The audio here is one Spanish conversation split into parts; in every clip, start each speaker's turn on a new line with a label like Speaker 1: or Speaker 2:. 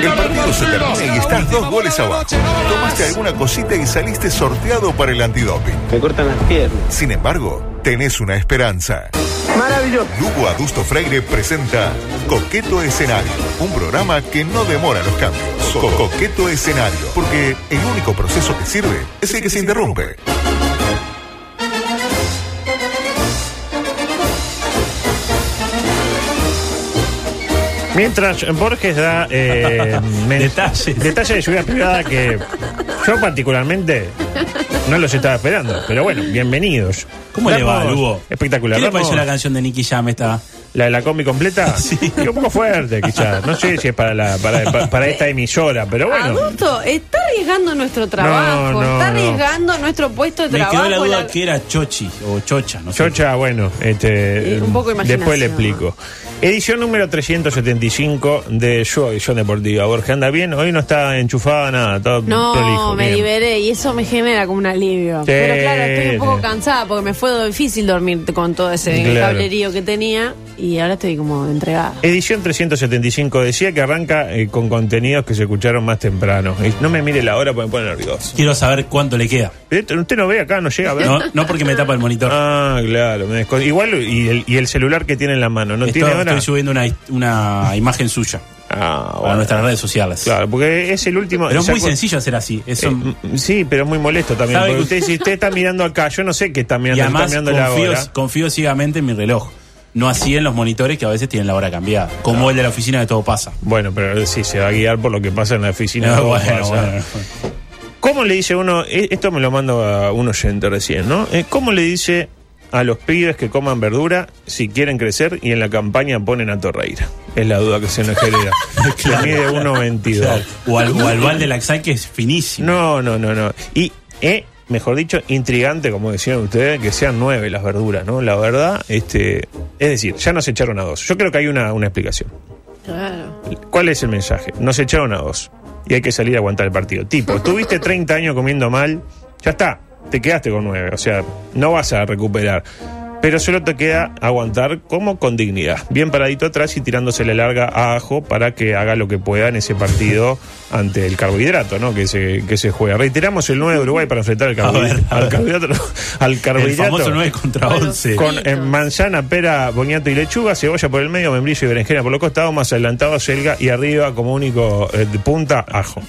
Speaker 1: El partido se termina y estás dos goles abajo. Tomaste alguna cosita y saliste sorteado para el antidoping.
Speaker 2: Me cortan las piernas.
Speaker 1: Sin embargo, tenés una esperanza.
Speaker 3: Maravilloso.
Speaker 1: Lugo Adusto Freire presenta Coqueto Escenario, un programa que no demora los cambios. Co- Coqueto Escenario, porque el único proceso que sirve es el que se interrumpe.
Speaker 4: Mientras Borges da eh, men-
Speaker 5: Detalles.
Speaker 4: detalles de su vida privada que yo particularmente no los estaba esperando. Pero bueno, bienvenidos.
Speaker 5: ¿Cómo le va,
Speaker 4: Vamos-
Speaker 5: Lugo?
Speaker 4: Espectacular.
Speaker 5: ¿Qué le
Speaker 4: vamos-
Speaker 5: pareció la canción de Nicky Jam esta?
Speaker 4: la de la combi completa? Y un poco fuerte, quizás. No sé si es para, la, para, pa- para esta emisora, pero bueno.
Speaker 6: Adulto, está arriesgando nuestro trabajo,
Speaker 4: no,
Speaker 6: está
Speaker 4: no.
Speaker 6: arriesgando nuestro puesto de
Speaker 5: Me
Speaker 6: trabajo.
Speaker 5: quedó la duda
Speaker 6: la-
Speaker 5: que era Chochi o Chocha, no sé.
Speaker 4: Chocha, bueno, este,
Speaker 6: Eh, un poco de
Speaker 4: después le
Speaker 6: imaginación.
Speaker 4: explico. Edición número 375 de su edición deportiva. Borges anda bien, hoy no está enchufada nada, todo
Speaker 6: No,
Speaker 4: prolijo,
Speaker 6: me
Speaker 4: bien.
Speaker 6: liberé y eso me genera como un alivio. Pero claro, estoy un poco
Speaker 4: sí.
Speaker 6: cansada porque me fue difícil dormir con todo ese
Speaker 4: Claro.
Speaker 6: cablerío que tenía y ahora estoy como entregada.
Speaker 4: Edición 375 decía que arranca eh, con contenidos que se escucharon más temprano. Y no me mire la hora porque me pone nervioso.
Speaker 5: Quiero saber cuánto le queda.
Speaker 4: Esto- Usted no ve acá, no llega a ver.
Speaker 5: No, no porque me tapa el monitor.
Speaker 4: Ah, claro. me descon- Igual, y el, y el celular que tiene en la mano, ¿no
Speaker 5: Estoy-
Speaker 4: tiene hora?
Speaker 5: estoy subiendo una, una imagen suya
Speaker 4: Ah,
Speaker 5: a
Speaker 4: bueno.
Speaker 5: nuestras redes sociales.
Speaker 4: Claro, porque es el último.
Speaker 5: Pero es
Speaker 4: ¿se
Speaker 5: muy
Speaker 4: acuer-
Speaker 5: sencillo hacer así. Es
Speaker 4: Eh,
Speaker 5: un-
Speaker 4: mm, sí, pero es muy molesto también.
Speaker 5: ¿Sabe
Speaker 4: Porque
Speaker 5: que-
Speaker 4: usted, si usted está mirando acá, yo no sé qué está mirando.
Speaker 5: y
Speaker 4: si está
Speaker 5: además
Speaker 4: mirando
Speaker 5: confío,
Speaker 4: la hora.
Speaker 5: confío ciegamente en mi reloj. No así en los monitores que a veces tienen la hora cambiada. Como el de la oficina de Todo Pasa.
Speaker 4: Bueno, pero sí, se va a guiar por lo que pasa en la oficina.
Speaker 5: No,
Speaker 4: ¿Cómo
Speaker 5: Ah, bueno,
Speaker 4: pasa?
Speaker 5: bueno.
Speaker 4: ¿Cómo le dice uno? e- Esto me lo mando a un oyente recién, ¿no? Eh, ¿Cómo le dice a los pibes que coman verdura si quieren crecer y en la campaña ponen a Torreira? Es la duda que se nos genera.
Speaker 5: Claro.
Speaker 4: Que mide 1.22.
Speaker 5: Claro. O al, o al Val de Laxal que es finísimo.
Speaker 4: No, no, no, no. Y, eh, mejor dicho, intrigante, como decían ustedes, que sean nueve las verduras, ¿no? La verdad, este, es decir, ya nos echaron a dos. Yo creo que hay una, una explicación.
Speaker 6: Claro.
Speaker 4: ¿Cuál es el mensaje? Nos echaron a dos. Y hay que salir a aguantar el partido. Tipo, estuviste 30 años comiendo mal, ya está, te quedaste con nueve. O sea, no vas a recuperar. Pero solo te queda aguantar como con dignidad. Bien paradito atrás y tirándosele larga a Ajo para que haga lo que pueda en ese partido ante el carbohidrato, ¿no? Que se, que se juega. Reiteramos el 9 de Uruguay para enfrentar al
Speaker 5: ver,
Speaker 4: carbohidrato.
Speaker 5: a
Speaker 4: Al
Speaker 5: ver.
Speaker 4: carbohidrato. Al
Speaker 5: El
Speaker 4: carbohidrato
Speaker 5: famoso 9 contra
Speaker 6: Bueno,
Speaker 5: 11.
Speaker 4: con
Speaker 6: Fritos.
Speaker 4: eh, manzana, pera, boñato y lechuga, cebolla por el medio, membrillo y berenjena por los costados, más adelantado selga y arriba como único eh, de punta ajo.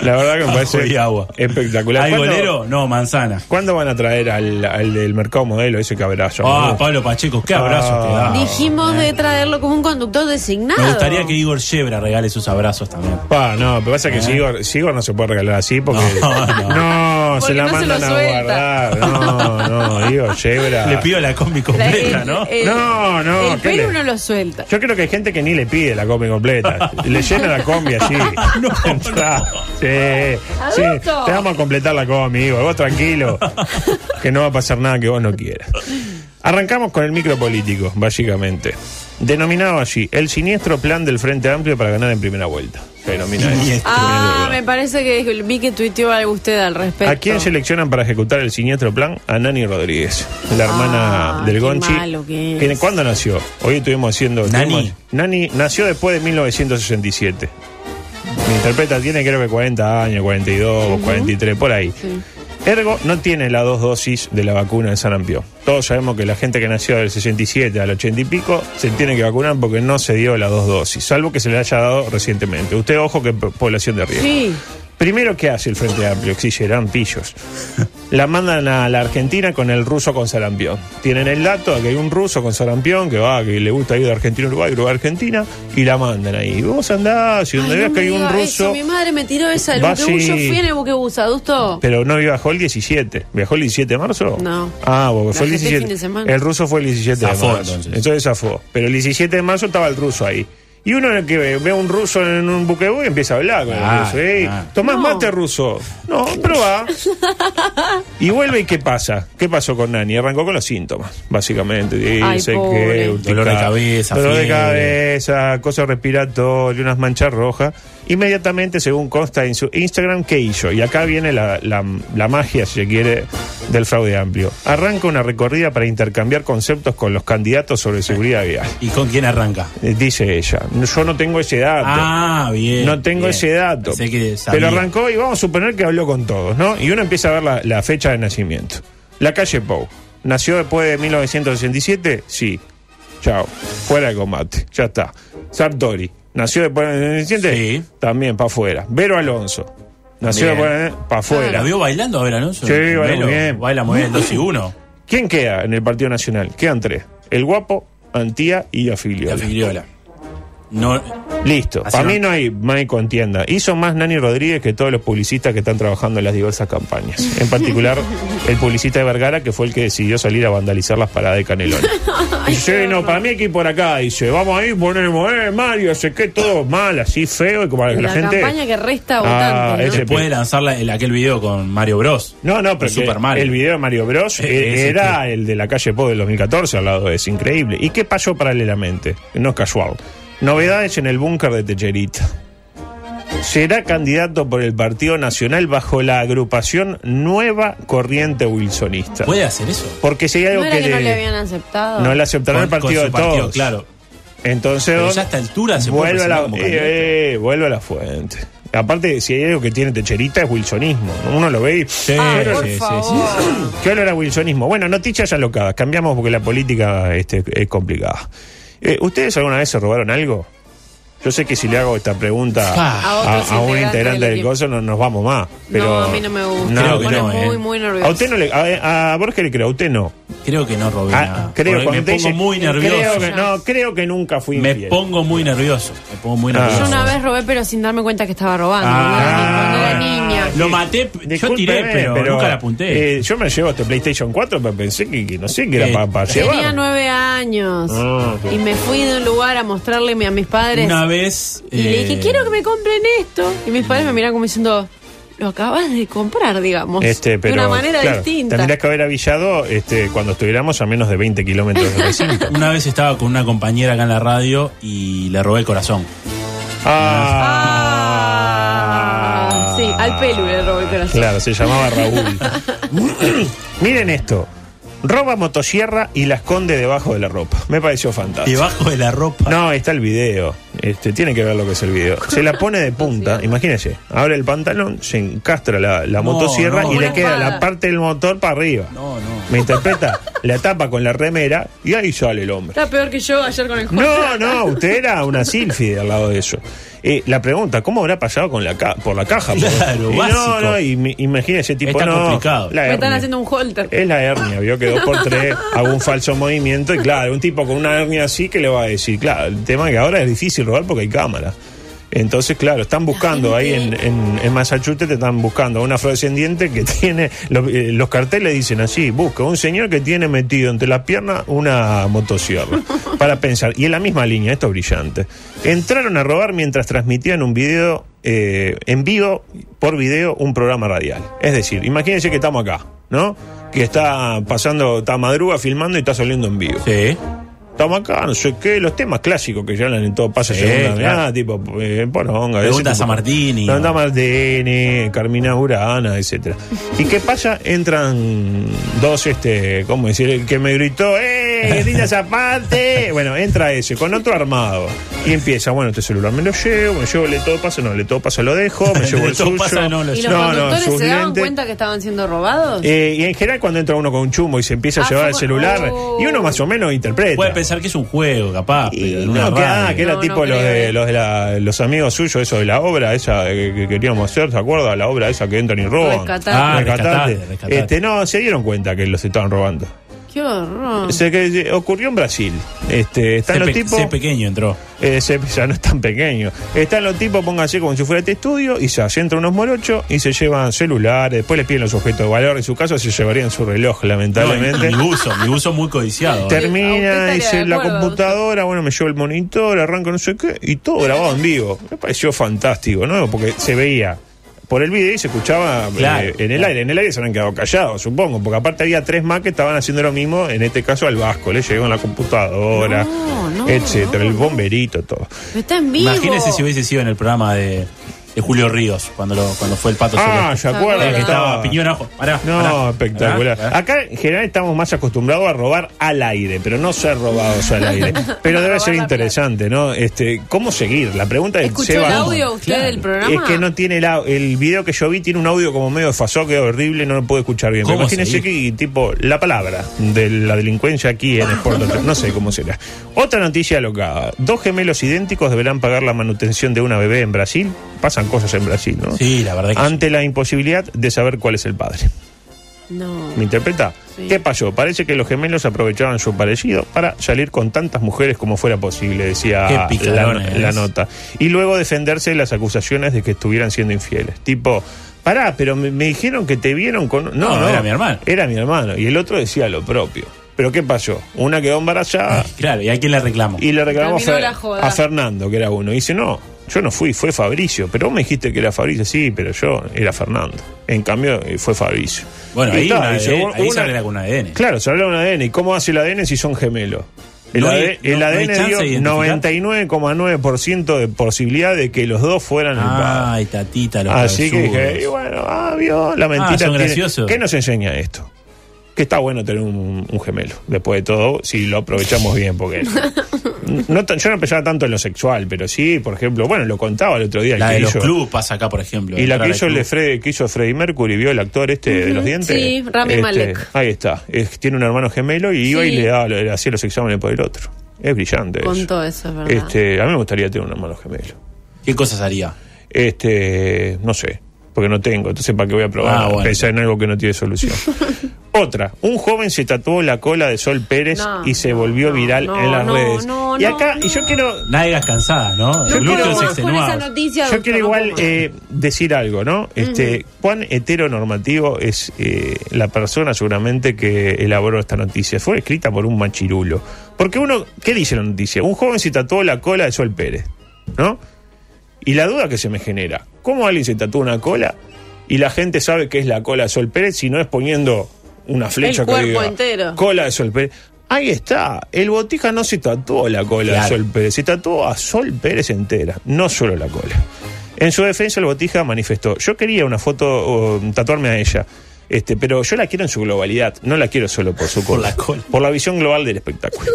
Speaker 4: La verdad que me
Speaker 5: Ajo
Speaker 4: parece
Speaker 5: y agua.
Speaker 4: espectacular.
Speaker 5: ¿Hay
Speaker 4: ¿Cuándo-
Speaker 5: golero? No, manzana.
Speaker 4: ¿Cuándo van a traer al, al del mercado modelo ese cabrazo?
Speaker 5: Ah, Pablo Pacheco, qué abrazo
Speaker 4: Ah.
Speaker 5: te da.
Speaker 6: Dijimos de traerlo como un conductor designado.
Speaker 5: Me gustaría que Igor Yebra regale sus abrazos también.
Speaker 4: Pa, no, pero pasa que si Igor, si Igor no se puede regalar así porque. No,
Speaker 5: Eh. No,
Speaker 4: se
Speaker 6: Porque
Speaker 4: la
Speaker 6: no se
Speaker 4: mandan
Speaker 6: lo
Speaker 4: a
Speaker 6: suelta.
Speaker 4: guardar. No, no, Igor, Yebra.
Speaker 5: Le pido la combi
Speaker 6: La- eh,
Speaker 5: completa,
Speaker 6: el-
Speaker 5: ¿no?
Speaker 6: el-
Speaker 4: No, no,
Speaker 6: El
Speaker 4: ¿qué
Speaker 6: pelo
Speaker 4: le-
Speaker 6: no lo suelta.
Speaker 4: Yo creo que hay gente que ni le pide la combi completa. le llena la combi así.
Speaker 5: Ah, No,
Speaker 4: Entra. Sí, sí.
Speaker 6: Adulto.
Speaker 4: Te vamos a completar la combi, Igor. Vos tranquilo. que no va a pasar nada que vos no quieras. Arrancamos con el micropolítico, básicamente. Denominado allí el siniestro plan del Frente Amplio para ganar en primera vuelta. Se denomina eso.
Speaker 5: Siniestro.
Speaker 6: Ah, me parece que dijo- vi que tuiteó algo usted al respecto.
Speaker 4: ¿A quién seleccionan para ejecutar el siniestro plan? A Nani Rodríguez, la hermana
Speaker 6: Ah,
Speaker 4: del
Speaker 6: qué
Speaker 4: Gonchi.
Speaker 6: malo que es.
Speaker 4: ¿Quién- ¿Cuándo nació? Hoy estuvimos haciendo.
Speaker 5: Nani.
Speaker 4: estuvimos- Nani nació después de 1967. Me interpreta, tiene creo que 40 años, 42 o 43, por ahí.
Speaker 6: Sí.
Speaker 4: Ergo no tiene las dos dosis de la vacuna de sarampión. Todos sabemos que la gente que nació del 67 al 80 y pico se tiene que vacunar porque no se dio las dos dosis, salvo que se le haya dado recientemente. Usted, ojo, que po- población de riesgo.
Speaker 6: Sí.
Speaker 4: Primero, ¿qué hace el Frente Amplio? Exigirán pillos. La mandan a la Argentina con el ruso con sarampión. Tienen el dato de que hay un ruso con sarampión que va, que le gusta ir de Argentina a Uruguay, Uruguay a Argentina, y la mandan ahí. Vos andás, y donde
Speaker 6: Ay,
Speaker 4: veas
Speaker 6: no
Speaker 4: que
Speaker 6: me
Speaker 4: hay un
Speaker 6: diga
Speaker 4: ruso.
Speaker 6: eso, Mi madre me tiró esa del
Speaker 4: Va,
Speaker 6: buquebús. Yo
Speaker 4: sí.
Speaker 6: fui en el buquebús, adusto.
Speaker 4: Pero no viajó el 17. ¿Viajó el 17 de marzo?
Speaker 6: No.
Speaker 4: Ah, porque fue el
Speaker 6: Viajé
Speaker 4: 17.
Speaker 6: este fin de semana.
Speaker 4: El ruso fue el 17
Speaker 5: Zafó,
Speaker 4: de marzo.
Speaker 5: entonces.
Speaker 4: Entonces zafó. Pero el 17 de marzo estaba el ruso ahí. Y uno que ve, ve a un ruso en un buquebús y empieza a hablar con el
Speaker 5: Ah,
Speaker 4: ruso. Ey,
Speaker 5: ah.
Speaker 4: Tomás
Speaker 6: No.
Speaker 4: mate ruso. No, probá. y vuelve y ¿qué pasa? ¿Qué pasó con Nani? Arrancó con los síntomas, básicamente. Dice
Speaker 6: Ay,
Speaker 4: que...
Speaker 6: pobre.
Speaker 4: urticaria,
Speaker 5: Dolor de cabeza,
Speaker 4: Dolor de
Speaker 5: fiebre.
Speaker 4: cabeza esa cosa respiratoria, unas manchas rojas. Inmediatamente, según consta en su Instagram, ¿qué hizo? Y acá viene la, la- la magia, si se quiere, del fraude amplio. Arranca una recorrida para intercambiar conceptos con los candidatos sobre seguridad vial.
Speaker 5: ¿Y con quién arranca?
Speaker 4: Eh, Dice ella, Yo no tengo ese dato.
Speaker 5: Ah, bien.
Speaker 4: No tengo
Speaker 5: bien.
Speaker 4: ese dato.
Speaker 5: Pensé que
Speaker 4: Pero
Speaker 5: sabía.
Speaker 4: arrancó y vamos a suponer que habló con todos, ¿no? Y uno empieza a ver la, la fecha de nacimiento. La calle Pou. ¿Nació después de 1967? Sí. Chao. Fuera de combate. Ya está. Sartori. ¿Nació después de 1967?
Speaker 5: Sí.
Speaker 4: También, para afuera. Vero Alonso. ¿Nació
Speaker 5: Bien.
Speaker 4: después de... para afuera?
Speaker 5: Ah, ¿La vio bailando a ver, Alonso?
Speaker 4: Sí, baila
Speaker 5: Velo,
Speaker 4: muy bien.
Speaker 5: Baila muy bien, 2 y 1.
Speaker 4: ¿Quién queda en el Partido Nacional? Quedan tres. El Guapo, Antía y Afilio.
Speaker 5: La Figliola. No,
Speaker 4: Listo.
Speaker 5: Así
Speaker 4: Para mí
Speaker 5: no-
Speaker 4: no hay, no hay contienda. Hizo más Nani Rodríguez que todos los publicistas que están trabajando en las diversas campañas. En particular, el publicista de Vergara, que fue el que decidió salir a vandalizar las paradas de Canelón. Dice, no, para mí hay que ir por acá. Dice, vamos ahí, ponemos, eh, Mario, sé que todo mal, así feo, y como la,
Speaker 6: La,
Speaker 4: gente.
Speaker 6: campaña que resta
Speaker 4: Ah,
Speaker 6: votantes. ¿no?
Speaker 4: ese-
Speaker 5: después de lanzar la- el- aquel video con Mario Bros.
Speaker 4: No, no, pero
Speaker 5: De Super
Speaker 4: que
Speaker 5: Mario.
Speaker 4: el video de Mario Bros. eh,
Speaker 5: E- ese
Speaker 4: era el de la calle Po del 2014 al lado de es increíble. ¿Y qué pasó paralelamente? No es casual. Novedades en el búnker de Techerita. Será candidato por el Partido Nacional bajo la agrupación Nueva Corriente Wilsonista.
Speaker 5: ¿Puede hacer eso?
Speaker 4: Porque si hay algo
Speaker 6: ¿No era que,
Speaker 4: le,
Speaker 6: no le habían aceptado?
Speaker 4: no le aceptaron el
Speaker 5: Con- con
Speaker 4: partido
Speaker 5: su
Speaker 4: de todos.
Speaker 5: claro.
Speaker 4: Entonces,
Speaker 5: Pero
Speaker 4: don-
Speaker 5: ya a esta altura se puede
Speaker 4: vuelve a la,
Speaker 5: presentar como candidato.
Speaker 4: eh, eh, vuelve a la fuente. Aparte, si hay algo que tiene Techerita es wilsonismo. Uno lo ve y...
Speaker 6: Ah,
Speaker 5: Sí,
Speaker 6: por
Speaker 5: sí, sí,
Speaker 6: favor.
Speaker 5: sí.
Speaker 4: ¿Qué olor a wilsonismo? Bueno, noticias ya locadas. Cambiamos porque la política este, es complicada. Eh, ¿Ustedes alguna vez se robaron algo? Yo sé que si le hago esta pregunta
Speaker 5: Ah.
Speaker 4: a,
Speaker 6: A otros
Speaker 4: a un
Speaker 6: integrantes
Speaker 4: integrante
Speaker 6: del
Speaker 4: del
Speaker 6: equipo.
Speaker 4: coso, no nos vamos más. Pero
Speaker 6: no, a mí no me gusta.
Speaker 4: No,
Speaker 5: Creo
Speaker 6: me
Speaker 5: que
Speaker 6: pone
Speaker 5: no,
Speaker 6: muy,
Speaker 5: eh.
Speaker 6: muy nervioso.
Speaker 4: a usted no le. A, a Borges le creo, a usted no.
Speaker 5: Creo que no robé
Speaker 4: Ah,
Speaker 5: nada.
Speaker 4: creo,
Speaker 5: Porque me
Speaker 4: cuando te
Speaker 5: pongo
Speaker 4: dice-
Speaker 5: muy
Speaker 4: creo
Speaker 5: nervioso.
Speaker 4: que- no, creo que nunca fui
Speaker 5: Me
Speaker 4: infiel.
Speaker 5: pongo muy nervioso. Me pongo muy
Speaker 4: Ah.
Speaker 5: nervioso.
Speaker 6: Yo una vez robé, pero sin darme cuenta que estaba robando.
Speaker 5: Ah.
Speaker 6: ¿no? Cuando era niña.
Speaker 5: Lo maté, yo
Speaker 4: Discúlpeme,
Speaker 5: tiré, pero, nunca la apunté.
Speaker 4: eh, yo me llevo este PlayStation 4, pero pensé que, que no sé, que era
Speaker 5: Eh,
Speaker 4: para llevar.
Speaker 6: Tenía nueve años.
Speaker 4: Ah, ok.
Speaker 6: Y me fui de un lugar a mostrarle mi- a mis padres.
Speaker 5: una vez.
Speaker 6: Y le dije,
Speaker 5: eh,
Speaker 6: quiero que me compren esto. Y mis padres me miraron como diciendo, lo acabas de comprar, digamos.
Speaker 4: Este, pero,
Speaker 6: de una manera
Speaker 4: claro,
Speaker 6: distinta.
Speaker 4: Tendrías que haber avisado este, cuando estuviéramos a menos de 20 kilómetros de recinto.
Speaker 5: Una vez estaba con una compañera acá en la radio y le robé el corazón.
Speaker 6: Ah, sí, al pelo le robó el corazón.
Speaker 4: Claro, se llamaba Raúl. Miren esto. Roba motosierra y la esconde debajo de la ropa. Me pareció fantástico.
Speaker 5: Debajo de la ropa.
Speaker 4: No, está el video. Este, tiene que ver lo que es el video. Se la pone de punta, imagínense. Abre el pantalón, se encastra la, la
Speaker 5: No,
Speaker 4: motosierra
Speaker 5: no,
Speaker 4: y
Speaker 5: no.
Speaker 4: le queda la
Speaker 6: Espada.
Speaker 4: parte del motor para arriba.
Speaker 5: No, no.
Speaker 4: ¿Me interpreta? La tapa con la remera y ahí sale el hombre.
Speaker 6: Está peor que yo ayer con el juego.
Speaker 4: No, no, usted era una sílfide al lado de eso. Eh, la pregunta, ¿cómo habrá pasado con la ca- por la caja? por-
Speaker 5: Claro,
Speaker 4: Y
Speaker 5: básico.
Speaker 4: No, no, y mi- imagínese, tipo,
Speaker 5: Está
Speaker 4: no,
Speaker 5: complicado.
Speaker 4: la
Speaker 6: Me están
Speaker 4: hernia.
Speaker 6: haciendo un holter.
Speaker 4: Es la hernia, vio que dos por tres hago un falso movimiento y claro, un tipo con una hernia así que le va a decir, claro, el tema es que ahora es difícil robar porque hay cámara. Entonces, claro, están buscando ahí en, en, en Massachusetts, te están buscando a un afrodescendiente que tiene, lo- eh, los carteles dicen así, busca un señor que tiene metido entre las piernas una motosierra, para pensar. Y en la misma línea, esto es brillante. Entraron a robar mientras transmitían un video eh, en vivo, por video, un programa radial. Es decir, imagínense que estamos acá, ¿no? Que está pasando, está madruga filmando y está saliendo en vivo.
Speaker 5: Sí.
Speaker 4: Estamos acá, no sé qué, los temas clásicos que ya hablan en todo pasa
Speaker 5: Sí,
Speaker 4: segunda
Speaker 5: claro.
Speaker 4: mirada, tipo eh, poronga.
Speaker 5: Preguntas
Speaker 4: ese tipo.
Speaker 5: a Martini.
Speaker 4: Preguntas a Martini, Carmina Burana, etcétera. ¿Y qué pasa? Entran dos, este, ¿cómo decir? El que me gritó, ¡eh! ¡Linda Zapate! bueno, entra ese, con otro armado. Y empieza, bueno, este celular me lo llevo, me llevo el de todo pasa, no, el de todo pasa lo dejo, me llevo
Speaker 5: De
Speaker 4: el
Speaker 5: todo
Speaker 4: suyo.
Speaker 5: pasa, no, lo
Speaker 6: ¿Y
Speaker 5: llevo.
Speaker 6: los conductores
Speaker 4: sus
Speaker 6: se daban
Speaker 4: lentes.
Speaker 6: cuenta que estaban siendo robados?
Speaker 4: Eh, y en general cuando entra uno con un chumbo y se empieza a
Speaker 6: Ah,
Speaker 4: llevar
Speaker 6: fue-
Speaker 4: el celular,
Speaker 6: oh.
Speaker 4: y uno más o menos interpreta.
Speaker 5: Puede pensar que es un juego, capaz.
Speaker 4: Y
Speaker 5: Pero en una
Speaker 4: no, que, ah,
Speaker 5: radio.
Speaker 4: que era
Speaker 6: No,
Speaker 4: tipo
Speaker 6: no
Speaker 4: los,
Speaker 6: creo,
Speaker 4: de,
Speaker 6: eh.
Speaker 4: los de la- los amigos suyos, eso de la obra esa eh, que, queríamos hacer, ¿se acuerda? La obra esa que entran y roban.
Speaker 6: Rescatar.
Speaker 5: Ah,
Speaker 4: Rescatate.
Speaker 5: rescatate, rescatate.
Speaker 4: Este, no, se dieron cuenta que los estaban robando.
Speaker 6: Qué horror.
Speaker 4: Se que eh, ocurrió en Brasil. Este, están
Speaker 5: Sé
Speaker 4: los
Speaker 5: pe-
Speaker 4: tipos.
Speaker 5: sé pequeño entró.
Speaker 4: eh, se- ya no es tan pequeño. Están los tipos, pónganse como si fuera este estudio, y se entran unos morochos y se llevan celulares. Después les piden los objetos de valor. En su caso, se llevarían su reloj,
Speaker 5: No, y-
Speaker 4: lamentablemente.
Speaker 5: y mi uso, mi uso muy codiciado.
Speaker 6: Te- A usted
Speaker 4: Termina,
Speaker 6: estaría
Speaker 4: dice
Speaker 6: de
Speaker 4: la
Speaker 6: acuerdo,
Speaker 4: computadora, bueno, me llevo el monitor, arranco no sé qué, y todo grabado en vivo. Me pareció fantástico, ¿no? Porque se veía por el video y se escuchaba eh,
Speaker 5: Claro,
Speaker 4: en el
Speaker 5: claro.
Speaker 4: aire. En el aire se han quedado callados, supongo, porque aparte había tres más que estaban haciendo lo mismo, en este caso al vasco, le llegó en la computadora,
Speaker 6: No, no,
Speaker 4: etcétera,
Speaker 6: no.
Speaker 4: el bomberito, todo.
Speaker 6: Pero está en vivo.
Speaker 5: Imagínese si hubiese sido en el programa de de Julio Ríos, cuando, lo- cuando fue el pato
Speaker 4: Ah, ¿se
Speaker 5: celeste.
Speaker 4: acuerdan?
Speaker 6: ya.
Speaker 5: que estaba piñón ajo. Pará,
Speaker 4: No,
Speaker 5: pará,
Speaker 4: espectacular.
Speaker 5: pará, pará.
Speaker 4: Acá en general estamos más acostumbrados a robar al aire, pero no ser robados al aire. Pero debe
Speaker 6: Robar
Speaker 4: ser
Speaker 6: la
Speaker 4: interesante, ¿no? Este, ¿Cómo seguir? La pregunta es
Speaker 6: ¿Escuchó el audio usted
Speaker 5: claro.
Speaker 6: del programa?
Speaker 4: Es que no tiene el, au- el video que yo vi, tiene un audio como medio desfasado, que es horrible, no lo puedo escuchar bien. Pero
Speaker 5: ¿Cómo
Speaker 4: Imagínense que, tipo, la palabra de la delincuencia aquí en Sport Total, no sé cómo será. Otra noticia loca. Dos gemelos idénticos deberán pagar la manutención de una bebé en Brasil. Pasan cosas en Brasil, ¿no?
Speaker 5: Sí, la verdad que sí.
Speaker 4: Ante la imposibilidad de saber cuál es el padre.
Speaker 6: No.
Speaker 4: ¿Me interpreta?
Speaker 6: Sí.
Speaker 4: ¿Qué pasó? Parece que los gemelos aprovechaban su parecido para salir con tantas mujeres como fuera posible, decía
Speaker 5: Qué
Speaker 4: la,
Speaker 5: picarones.
Speaker 4: la nota. Y luego defenderse de las acusaciones de que estuvieran siendo infieles. Tipo, pará, pero me, me dijeron que te vieron con... No, no,
Speaker 5: No, era mi hermano.
Speaker 4: Era mi hermano. Y el otro decía lo propio. Pero ¿qué pasó? Una quedó embarazada
Speaker 5: Claro, y a quién le reclamo.
Speaker 4: y le reclamó a,
Speaker 6: Terminó
Speaker 4: Fer-
Speaker 6: la joda.
Speaker 4: a Fernando, que era uno. Y dice, no, yo no fui, fue Fabricio. Pero vos me dijiste que era Fabricio, sí, pero yo era Fernando. En cambio, eh, fue Fabricio.
Speaker 5: Bueno,
Speaker 4: Y
Speaker 5: ahí,
Speaker 4: está,
Speaker 5: una
Speaker 4: dice,
Speaker 5: ADN,
Speaker 4: una-
Speaker 5: ahí se arregla con un ADN.
Speaker 4: Claro, se habla de un ADN. ¿Y cómo hace el ADN si son gemelos? El,
Speaker 5: No hay-
Speaker 4: AD- el
Speaker 5: no- no hay
Speaker 4: ADN
Speaker 5: chance de
Speaker 4: dio
Speaker 5: identificar.
Speaker 4: 99,9% de posibilidad de que los dos fueran el
Speaker 5: Ah,
Speaker 4: padre.
Speaker 5: Ay, tatita, los
Speaker 4: Así que dije,
Speaker 5: cabezúos.
Speaker 4: y bueno, ah, vio, la mentira.
Speaker 5: son
Speaker 4: tiene-
Speaker 5: graciosos.
Speaker 4: ¿Qué nos enseña esto? Que está bueno tener un, un gemelo, después de todo, si lo aprovechamos bien, porque no tan- yo no pensaba tanto en lo sexual, pero sí, por ejemplo, bueno, lo contaba el otro día. el
Speaker 5: La
Speaker 4: que
Speaker 5: de los
Speaker 4: hizo-
Speaker 5: clubes pasa acá, por ejemplo.
Speaker 4: y la
Speaker 5: entrar
Speaker 4: que
Speaker 5: al
Speaker 4: hizo, el
Speaker 5: club.
Speaker 4: de Fre- que hizo Freddie Mercury, vio el actor este de los
Speaker 6: Ujú,
Speaker 4: dientes.
Speaker 6: sí, Rami
Speaker 4: Este,
Speaker 6: Malek.
Speaker 4: Ahí está. Es- tiene un hermano gemelo y iba y
Speaker 6: Sí.
Speaker 4: le, daba- le hacía los exámenes por el otro. Es brillante.
Speaker 6: Con
Speaker 4: eso.
Speaker 6: todo eso, es verdad.
Speaker 4: Este, a mí me gustaría tener un hermano gemelo.
Speaker 5: ¿Qué cosas haría?
Speaker 4: Este, no sé, porque no tengo, entonces para qué voy a probar
Speaker 5: Ah, bueno.
Speaker 4: pensar en algo que no tiene solución. Otra, un joven se tatuó la cola de Sol Pérez
Speaker 6: No,
Speaker 4: y se
Speaker 6: no,
Speaker 4: volvió
Speaker 6: no,
Speaker 4: viral
Speaker 6: no,
Speaker 4: en las
Speaker 6: no,
Speaker 4: redes.
Speaker 6: no,
Speaker 4: y
Speaker 6: no,
Speaker 4: acá, y yo
Speaker 6: no.
Speaker 4: quiero
Speaker 5: Nádegas cansadas, ¿no?
Speaker 6: no
Speaker 5: El glúteo
Speaker 6: quiero
Speaker 5: es
Speaker 6: más con esa
Speaker 5: extenuado.
Speaker 6: noticia.
Speaker 4: este, yo
Speaker 6: doctor,
Speaker 4: quiero
Speaker 6: no
Speaker 4: igual
Speaker 6: puedo más.
Speaker 4: eh, decir algo, ¿no? Este, cuán heteronormativo es eh, la persona seguramente que elaboró esta noticia. Fue escrita por un machirulo. Porque uno, ¿qué dice la noticia? Un joven se tatuó la cola de Sol Pérez, ¿no? Y la duda que se me genera, ¿cómo alguien se tatúa una cola y la gente sabe que es la cola de Sol Pérez si no es poniendo una flecha que
Speaker 6: cuerpo
Speaker 4: diga,
Speaker 6: entero.
Speaker 4: cola de Sol Pérez? Ahí está, el botija no se tatuó la cola de
Speaker 5: Claro.
Speaker 4: Sol Pérez, se tatuó a Sol Pérez entera, no solo la cola. En su defensa el botija manifestó, yo quería una foto, o, tatuarme a ella. Este, pero yo la quiero en su globalidad, no la quiero solo por su cola,
Speaker 5: la cola.
Speaker 4: por la visión global del espectáculo.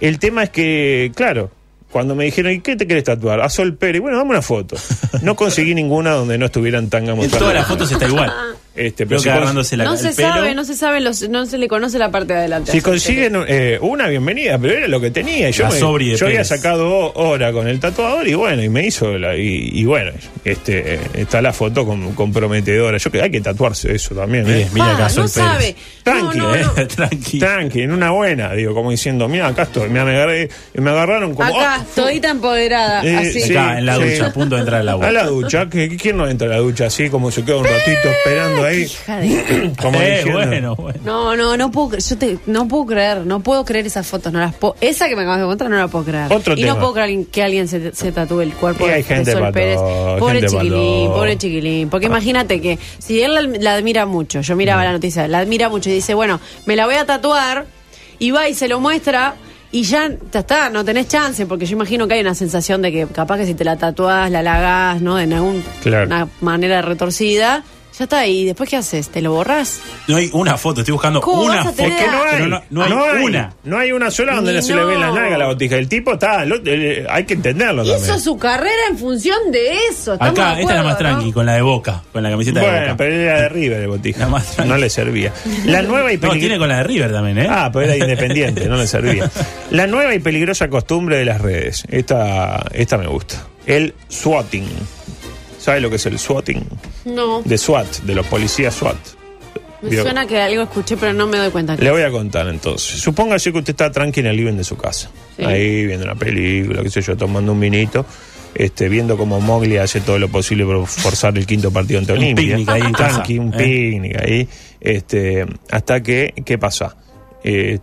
Speaker 4: El tema es que, claro, cuando me dijeron, ¿y qué te querés tatuar? A Sol Pérez. Bueno, dame una foto. No conseguí ninguna donde no estuvieran tanga
Speaker 5: En
Speaker 4: mostrando.
Speaker 5: todas las fotos está igual.
Speaker 4: Este, pero
Speaker 5: Creo
Speaker 4: si,
Speaker 5: que
Speaker 4: cons-
Speaker 5: agarrándose la,
Speaker 6: no
Speaker 5: el
Speaker 6: se
Speaker 5: pelo.
Speaker 6: sabe, no se sabe, los- no se le conoce la parte de adelante.
Speaker 4: si
Speaker 6: Así que-
Speaker 4: consiguen eh, una, bienvenida, pero era lo que tenía. Y Yo,
Speaker 5: La
Speaker 4: me-
Speaker 5: sobri de
Speaker 4: yo había
Speaker 5: Pérez.
Speaker 4: sacado hora con el tatuador y bueno, y me hizo. la- y, y bueno, este, eh, está la foto com- comprometedora. Yo que hay que tatuarse eso también. ¿eh?
Speaker 5: Mire, mira acá,
Speaker 6: Pa,
Speaker 5: Sol
Speaker 6: no
Speaker 5: Pérez.
Speaker 6: sabe.
Speaker 4: Tranqui,
Speaker 6: no, no,
Speaker 4: eh.
Speaker 6: no.
Speaker 5: Tranqui.
Speaker 4: Tranqui, en una buena, digo, como diciendo, mira, acá estoy. Mirá, me, agarré- me agarraron como.
Speaker 6: Acá,
Speaker 4: ¡Ah!
Speaker 6: todita empoderada.
Speaker 4: Eh,
Speaker 6: así.
Speaker 4: sí.
Speaker 5: Acá, en la ducha, a punto de entrar al agua.
Speaker 4: ¡Oh!, A la ducha, ¿Qué- qué- ¿quién no entra a la ducha así como se queda un ratito esperando ahí?
Speaker 6: Eh, Hija de-
Speaker 4: Como
Speaker 5: eh,
Speaker 4: diciendo,
Speaker 5: bueno, bueno.
Speaker 6: No, no, no puedo, cre- yo te, no puedo creer, no puedo creer esas fotos, no las puedo, esa que me acabas de contar no la puedo creer.
Speaker 4: Otro
Speaker 6: y
Speaker 4: tema.
Speaker 6: no puedo creer alguien- que alguien se, se tatúe el cuerpo
Speaker 4: Y hay
Speaker 6: de, de
Speaker 4: gente
Speaker 6: Sol
Speaker 4: pató,
Speaker 6: Pérez. Pobre
Speaker 4: gente
Speaker 6: chiquilín,
Speaker 4: pató. Ah.
Speaker 6: pobre chiquilín, porque imagínate que si él la, la admira mucho, yo
Speaker 4: Mm.
Speaker 6: miraba la noticia, la admira mucho y dice, bueno, me la voy a tatuar y va y se lo muestra y ya, ya está, no tenés chance, porque yo imagino que hay una sensación de que capaz que si te la tatuás, la halagás, ¿no? De alguna
Speaker 4: Claro.
Speaker 6: manera retorcida, ya está, y después ¿qué haces? ¿Te lo borrás?
Speaker 5: No hay una foto, estoy buscando
Speaker 6: ¿Cómo
Speaker 5: una
Speaker 6: vas a
Speaker 5: foto.
Speaker 6: tener?
Speaker 4: Que no hay,
Speaker 5: Pero no, no hay una.
Speaker 4: No hay una sola donde
Speaker 6: Ni
Speaker 4: no se le ve la
Speaker 6: no.
Speaker 4: nalga a la botija. El tipo está, lo- eh, hay que entenderlo
Speaker 6: Hizo
Speaker 4: también.
Speaker 6: su carrera en función de eso. estamos
Speaker 5: Acá,
Speaker 6: de
Speaker 5: esta es la
Speaker 6: acuerdo,
Speaker 5: más tranqui,
Speaker 6: ¿no?
Speaker 5: con la de Boca, con la camiseta de
Speaker 4: Bueno,
Speaker 5: Boca.
Speaker 4: pero era de River el botija.
Speaker 5: La más
Speaker 4: No le servía. La nueva y
Speaker 5: No, tiene
Speaker 4: peligro-
Speaker 5: con la de River también, ¿eh?
Speaker 4: Ah, pero era independiente, no le servía. La nueva y peligrosa costumbre de las redes. Esta, esta me gusta. El swatting. ¿Sabe lo que es el swatting?
Speaker 6: No,
Speaker 4: De SWAT, de los policías SWAT.
Speaker 6: me
Speaker 4: Digo-
Speaker 6: suena que algo escuché, pero no me doy cuenta.
Speaker 4: Le voy a contar entonces. Supóngase que usted está tranqui en el living de su casa.
Speaker 6: Sí.
Speaker 4: Ahí viendo una película, qué sé yo, tomando un vinito. Este, viendo cómo Mowgli hace todo lo posible por forzar el quinto partido ante
Speaker 5: Un
Speaker 4: Olimpia.
Speaker 5: picnic ahí en casa,
Speaker 4: Tranqui, un
Speaker 5: ¿eh?
Speaker 4: picnic ahí. Este, hasta que, ¿qué pasa? Eh,